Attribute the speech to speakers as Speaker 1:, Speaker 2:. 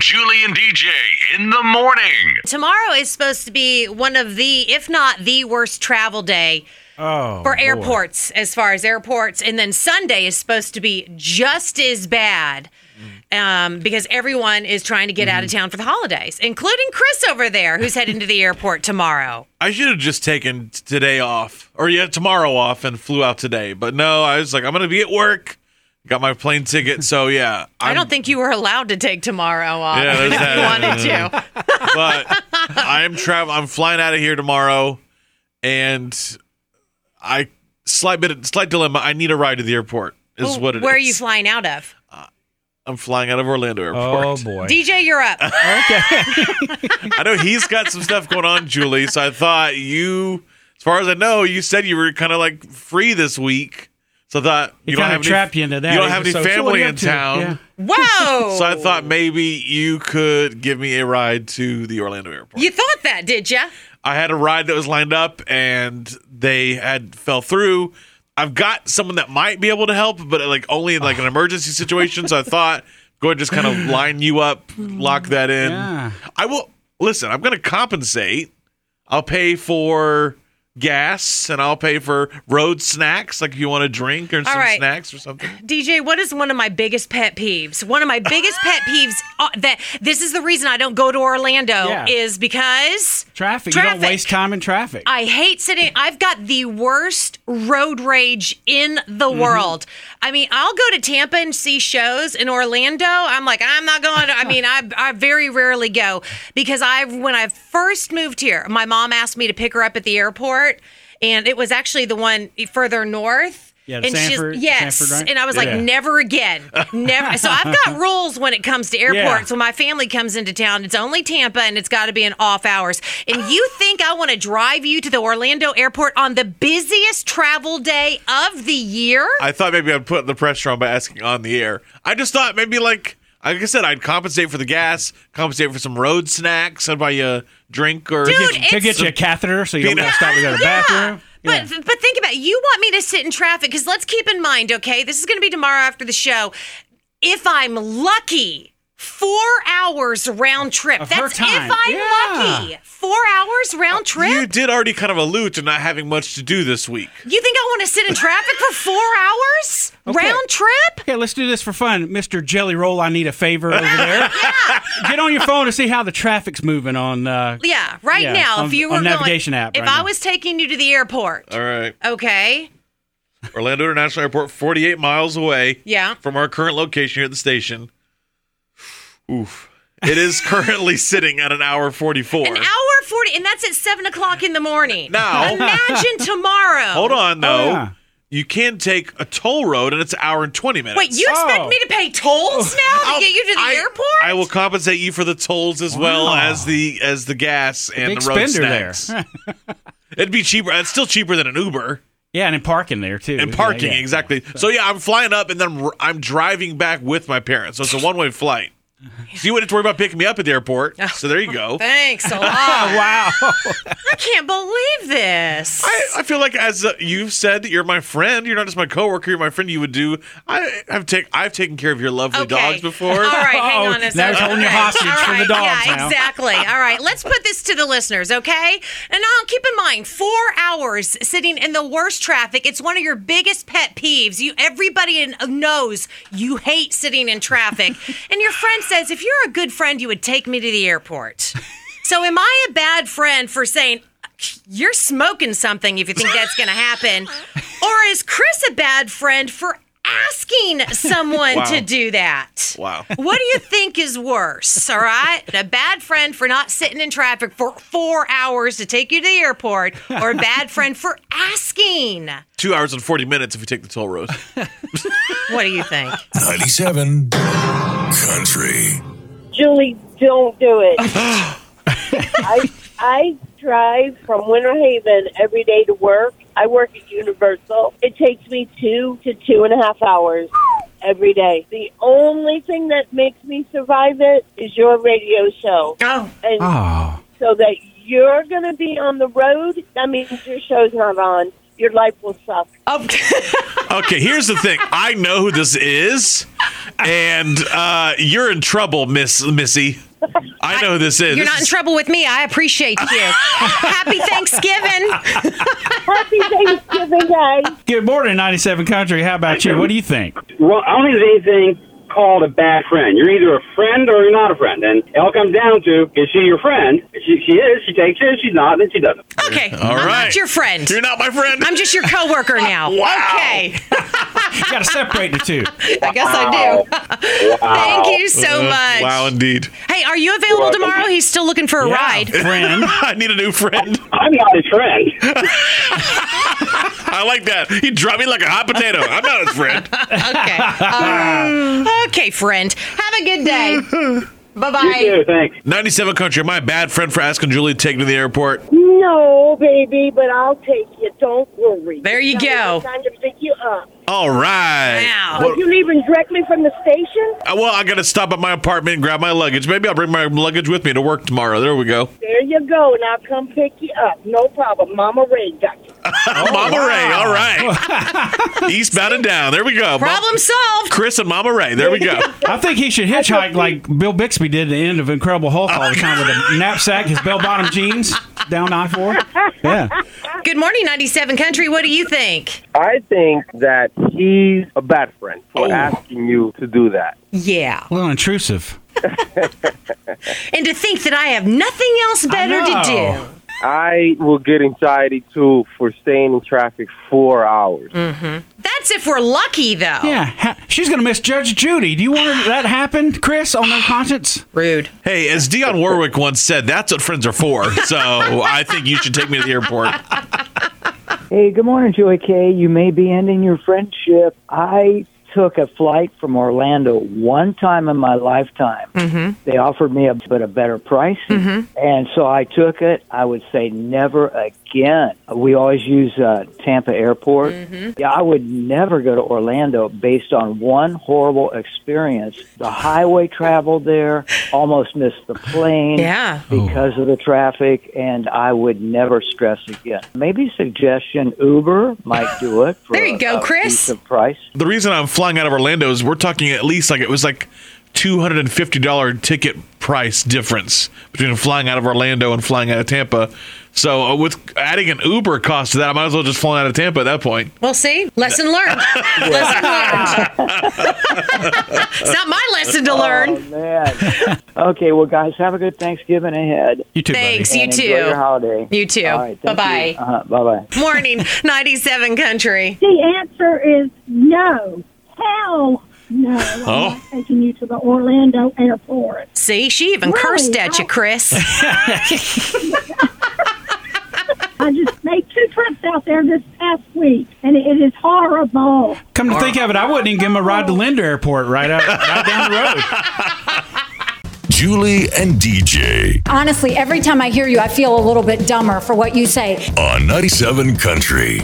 Speaker 1: Julie and DJ in the morning.
Speaker 2: Tomorrow is supposed to be one of the, if not the worst travel day
Speaker 3: Oh,
Speaker 2: for
Speaker 3: boy.
Speaker 2: airports, as far as airports. And then Sunday is supposed to be just as bad
Speaker 3: Mm.
Speaker 2: um, because everyone is trying to get out of
Speaker 3: Mm-hmm.
Speaker 2: town for the holidays, including Chris over there, who's heading to the airport tomorrow.
Speaker 3: I should have just taken t- today off, or yeah, tomorrow off, and flew out today. But no, I was like, I'm gonna be at work. Got my plane ticket, so yeah.
Speaker 2: I'm, I
Speaker 3: I'm-
Speaker 2: do not think you were allowed to take tomorrow off
Speaker 3: Yeah, there's
Speaker 2: if you
Speaker 3: that.
Speaker 2: wanted to.
Speaker 3: but I'm travel. I'm flying out of here tomorrow, and I slight bit slight dilemma. I need a ride to the airport. Is
Speaker 2: Well,
Speaker 3: what it
Speaker 2: Where are you
Speaker 3: is.
Speaker 2: flying out of?
Speaker 3: I'm flying out of Orlando Airport.
Speaker 4: Oh boy.
Speaker 2: DJ, you're up.
Speaker 3: I know he's got some stuff going on, Julie. So I thought you, as far as I know, you said you were kind of like free this week. So I thought
Speaker 4: It
Speaker 3: you don't
Speaker 4: kinda
Speaker 3: have
Speaker 4: trapped
Speaker 3: any,
Speaker 4: you into that.
Speaker 3: You don't
Speaker 4: It
Speaker 3: have
Speaker 4: was
Speaker 3: any
Speaker 4: so, "So what are
Speaker 3: family
Speaker 4: you
Speaker 3: in
Speaker 4: up to?"
Speaker 3: town.
Speaker 4: Yeah.
Speaker 2: Whoa.
Speaker 3: So I thought maybe you could give me a ride to the Orlando airport.
Speaker 2: You thought that, did you?
Speaker 3: I had a ride that was lined up and they had fell through. I've got someone that might be able to help, but like only in like an emergency situation. So I thought go ahead and just kind of line you up, lock that in.
Speaker 4: Yeah.
Speaker 3: I will listen, I'm gonna compensate. I'll pay for gas and I'll pay for road snacks, like if you want a drink or some
Speaker 2: right.
Speaker 3: snacks or something.
Speaker 2: DJ, what is one of my biggest pet peeves? One of my biggest pet peeves uh, that this is the reason I don't go to Orlando
Speaker 4: Yeah.
Speaker 2: is because
Speaker 4: Traffic. You
Speaker 2: Traffic.
Speaker 4: don't waste time in traffic.
Speaker 3: Uh,
Speaker 2: I hate sitting. I've got the worst road rage in the
Speaker 4: Mm-hmm.
Speaker 2: world. I mean, I'll go to Tampa and see shows in Orlando. I'm like, I'm not going. To, I mean, I, I very rarely go because I when I first moved here, my mom asked me to pick her up at the airport, and it was actually the one further north.
Speaker 4: Yeah,
Speaker 2: and she's-
Speaker 4: Sanford-
Speaker 2: yes,
Speaker 4: Sanford, right?
Speaker 2: and I was like,
Speaker 4: Yeah.
Speaker 2: never again, never. so I've got rules when it comes to airports.
Speaker 4: Yeah.
Speaker 2: So my family comes into town. It's only Tampa, and it's got to be in off hours. And you think I want to drive you to the Orlando airport on the busiest travel day of the year?
Speaker 3: I thought maybe I'd put the pressure on by asking on the air. I just thought maybe like like I said, I'd compensate for the gas, compensate for some road snacks, I'd buy you a drink or
Speaker 2: Dude,
Speaker 4: Get- They'll get you a catheter so you don't
Speaker 3: Peanut-
Speaker 4: have to stop to go to the bathroom. Yeah.
Speaker 2: But but think about it. you want me to sit in traffic because let's keep in mind, okay, this is going to be tomorrow after the show. If I'm lucky, four hours round trip.
Speaker 4: Of her
Speaker 2: That's
Speaker 4: time.
Speaker 2: if I'm
Speaker 4: Yeah. Uh,
Speaker 2: lucky. Four hours round trip.
Speaker 3: you did already kind of allude to not having much to do this week.
Speaker 2: You think I want to sit in traffic for four hours
Speaker 4: Okay.
Speaker 2: round trip?
Speaker 4: Okay, let's do this for fun. Mr. Jelly Roll, I need a favor over there. Get on your phone to see how the traffic's moving on. Uh,
Speaker 2: Yeah, right
Speaker 4: Yeah,
Speaker 2: now.
Speaker 4: on-
Speaker 2: if you were
Speaker 4: on
Speaker 2: going-
Speaker 4: navigation app
Speaker 2: if
Speaker 4: right
Speaker 2: I
Speaker 4: now.
Speaker 2: was taking you to the airport,
Speaker 3: All right.
Speaker 2: okay,
Speaker 3: Orlando International Airport, 48 miles away
Speaker 2: yeah,
Speaker 3: from our current location here at the station. Oof. It is currently sitting at an hour 44.
Speaker 2: an hour forty, and that's at seven o'clock in the morning.
Speaker 3: Now-
Speaker 2: imagine tomorrow.
Speaker 3: Hold on, though.
Speaker 4: Oh, yeah.
Speaker 3: You can take a toll road, and it's an hour and 20 minutes.
Speaker 2: Wait, you expect
Speaker 4: Oh.
Speaker 2: me to pay tolls now to
Speaker 3: Oh. I'll-
Speaker 2: get you to the
Speaker 3: I-
Speaker 2: airport?
Speaker 3: I will compensate you for the tolls as well
Speaker 4: Wow.
Speaker 3: as the as the gas and
Speaker 4: big
Speaker 3: the road
Speaker 4: spender there.
Speaker 3: snacks. It'd be cheaper. It's still cheaper than an Uber
Speaker 4: yeah, and in parking there, too.
Speaker 3: and
Speaker 4: Yeah,
Speaker 3: parking
Speaker 4: yeah.
Speaker 3: exactly. So yeah, I'm flying up and then I'm, r- I'm driving back with my parents. So it's a one way flight. So you wouldn't have to worry about picking me up at the
Speaker 2: Oh.
Speaker 3: airport. So there you go.
Speaker 2: Thanks a lot.
Speaker 4: Wow.
Speaker 2: I can't believe this.
Speaker 3: I, I feel like as uh, you've said, you're my friend. You're not just my coworker. You're my friend. You would do. I have take. I've taken care of your lovely dogs before.
Speaker 2: All right, hang
Speaker 4: Uh-oh.
Speaker 2: on a second.
Speaker 4: Oh, Now he's holding you
Speaker 2: Okay.
Speaker 4: hostage
Speaker 2: All
Speaker 4: for the
Speaker 2: right,
Speaker 4: dogs
Speaker 2: Yeah,
Speaker 4: now.
Speaker 2: exactly. All right, let's put this to the listeners, okay? And now keep in mind, four hours sitting in the worst traffic. It's one of your biggest pet peeves. You everybody in, uh, knows you hate sitting in traffic. and your friend says, if you're a good friend, you would take me to the airport. so am I a bad friend for saying? You're smoking something if you think that's going to happen. Or is Chris a bad friend for asking someone
Speaker 3: Wow.
Speaker 2: to do that?
Speaker 3: Wow.
Speaker 2: What do you think is worse? All right. A bad friend for not sitting in traffic for four hours to take you to the airport, or a bad friend for asking?
Speaker 3: Two hours and forty minutes if we take the toll road.
Speaker 2: What do you think?
Speaker 1: 97 Country.
Speaker 5: Julie, don't do it. I I drive from Winter Haven every day to work. I work at Universal. It takes me two to two and a half hours every day. The only thing that makes me survive it is your radio show.
Speaker 2: Oh,
Speaker 5: And
Speaker 4: Oh.
Speaker 5: so that you're going to be on the road, that means your show's not on. your life will suck.
Speaker 2: Oh,
Speaker 3: Okay, here's the thing. I know who this is, and uh, you're in trouble, Miss Missy. I know who this is.
Speaker 2: You're
Speaker 3: This
Speaker 2: not in
Speaker 3: is-
Speaker 2: trouble with me. I appreciate you. Happy Thanksgiving.
Speaker 5: Happy Thanksgiving, guys.
Speaker 4: Good morning, 97 Country. How about you? What do you think?
Speaker 6: Well, I don't think there's anything called a bad friend. You're either a friend or you're not a friend. And it all comes down to is she your friend? If She, she is, she takes it, if she's not, then she doesn't.
Speaker 2: Okay. I'm
Speaker 3: All right.
Speaker 2: not your friend.
Speaker 3: You're not my friend.
Speaker 2: I'm just your coworker now.
Speaker 3: Wow.
Speaker 2: Okay.
Speaker 4: You got to separate the two.
Speaker 2: I guess I do.
Speaker 6: Wow.
Speaker 2: Thank you so
Speaker 3: Uh,
Speaker 2: much.
Speaker 3: Wow, indeed.
Speaker 2: Hey, are you available
Speaker 6: welcome.
Speaker 2: tomorrow? He's still looking for a ride.
Speaker 4: Yeah, friend.
Speaker 3: I need a new friend.
Speaker 6: I'm not his friend.
Speaker 3: I like that. He dropped me like a hot potato. I'm not his friend.
Speaker 2: Okay. Um, okay, friend. Have a good day. Bye
Speaker 6: You
Speaker 2: bye.
Speaker 6: too, thanks.
Speaker 3: 97 Country. Am I a bad friend for asking Julie to take me to the airport?
Speaker 5: No, baby, but I'll take you. Don't worry.
Speaker 2: There you go.
Speaker 5: I'm trying to pick you up.
Speaker 3: All right.
Speaker 2: Wow.
Speaker 5: Are
Speaker 3: Well,
Speaker 5: you leaving directly from the station?
Speaker 3: uh, well, I got to stop at my apartment and grab my luggage. Maybe I'll bring my luggage with me to work tomorrow. There we go.
Speaker 5: There you go, and I'll come pick you up. No problem. Mama Ray got you.
Speaker 3: Mama Ray. All right. Eastbound and down. There we go. Mom-
Speaker 2: Problem solved.
Speaker 3: Chris and Mama Ray. There we go.
Speaker 4: I think he should hitchhike like Bill Bixby did at the end of Incredible Hulk all the time with a knapsack, his bell bottom jeans down I 4. Yeah.
Speaker 2: Good morning, 97 Country. What do you think?
Speaker 7: I think that he's a bad friend for asking you to do that.
Speaker 2: Yeah.
Speaker 4: A little intrusive.
Speaker 2: And to think that I have nothing else better to do.
Speaker 4: know.
Speaker 7: I will get anxiety too for staying in traffic four hours.
Speaker 2: That's if we're lucky, though.
Speaker 4: Yeah. Ha- she's going to miss Judge Judy. Do you want her- that happened, Chris, on their conscience?
Speaker 2: Rude.
Speaker 3: Hey, as Dionne Warwick once said, that's what friends are for. So I think you should take me to the airport.
Speaker 8: Hey, good morning, Joey K. You may be ending your friendship. I took a flight from Orlando one time in my lifetime. They offered me a but a better price, and so I took it. I would say never again. We always use uh, Tampa Airport. Yeah, I would never go to Orlando based on one horrible experience. The highway travel there almost missed the plane
Speaker 2: Yeah.
Speaker 8: because of the traffic, and I would never stress again. Maybe suggestion Uber might do it. For
Speaker 2: There you go,
Speaker 8: a, a
Speaker 2: Chris.
Speaker 8: decent price.
Speaker 3: The reason I'm flying out of Orlando is we're talking at least like it was like $250 ticket price difference between flying out of Orlando and flying out of Tampa. So uh, with adding an Uber cost to that, I might as well just fly out of Tampa at that point.
Speaker 2: We'll see. Lesson learned. lesson learned. it's not my lesson to learn.
Speaker 8: Oh man. okay, well, guys, have a good Thanksgiving ahead.
Speaker 4: You too,
Speaker 2: Thanks.
Speaker 4: buddy.
Speaker 2: You
Speaker 8: and
Speaker 2: too.
Speaker 8: Enjoy your holiday.
Speaker 2: You too.
Speaker 8: All right, thank
Speaker 2: Bye-bye.
Speaker 8: you. Uh-huh, bye bye.
Speaker 2: Morning, 97 Country.
Speaker 9: The answer is no. Hell no. I'm
Speaker 3: Oh.
Speaker 9: not taking you to the Orlando airport.
Speaker 2: See, she even
Speaker 9: Really?
Speaker 2: cursed at you, Chris.
Speaker 9: I just made two trips out there this past week, and it, it is horrible.
Speaker 4: Come to think of it, I wouldn't even give him a ride to Linda Airport right, out, right down the road.
Speaker 1: Julie and DJ
Speaker 10: Honestly, every time I hear you, I feel a little bit dumber for what you say.
Speaker 1: on 97 Country.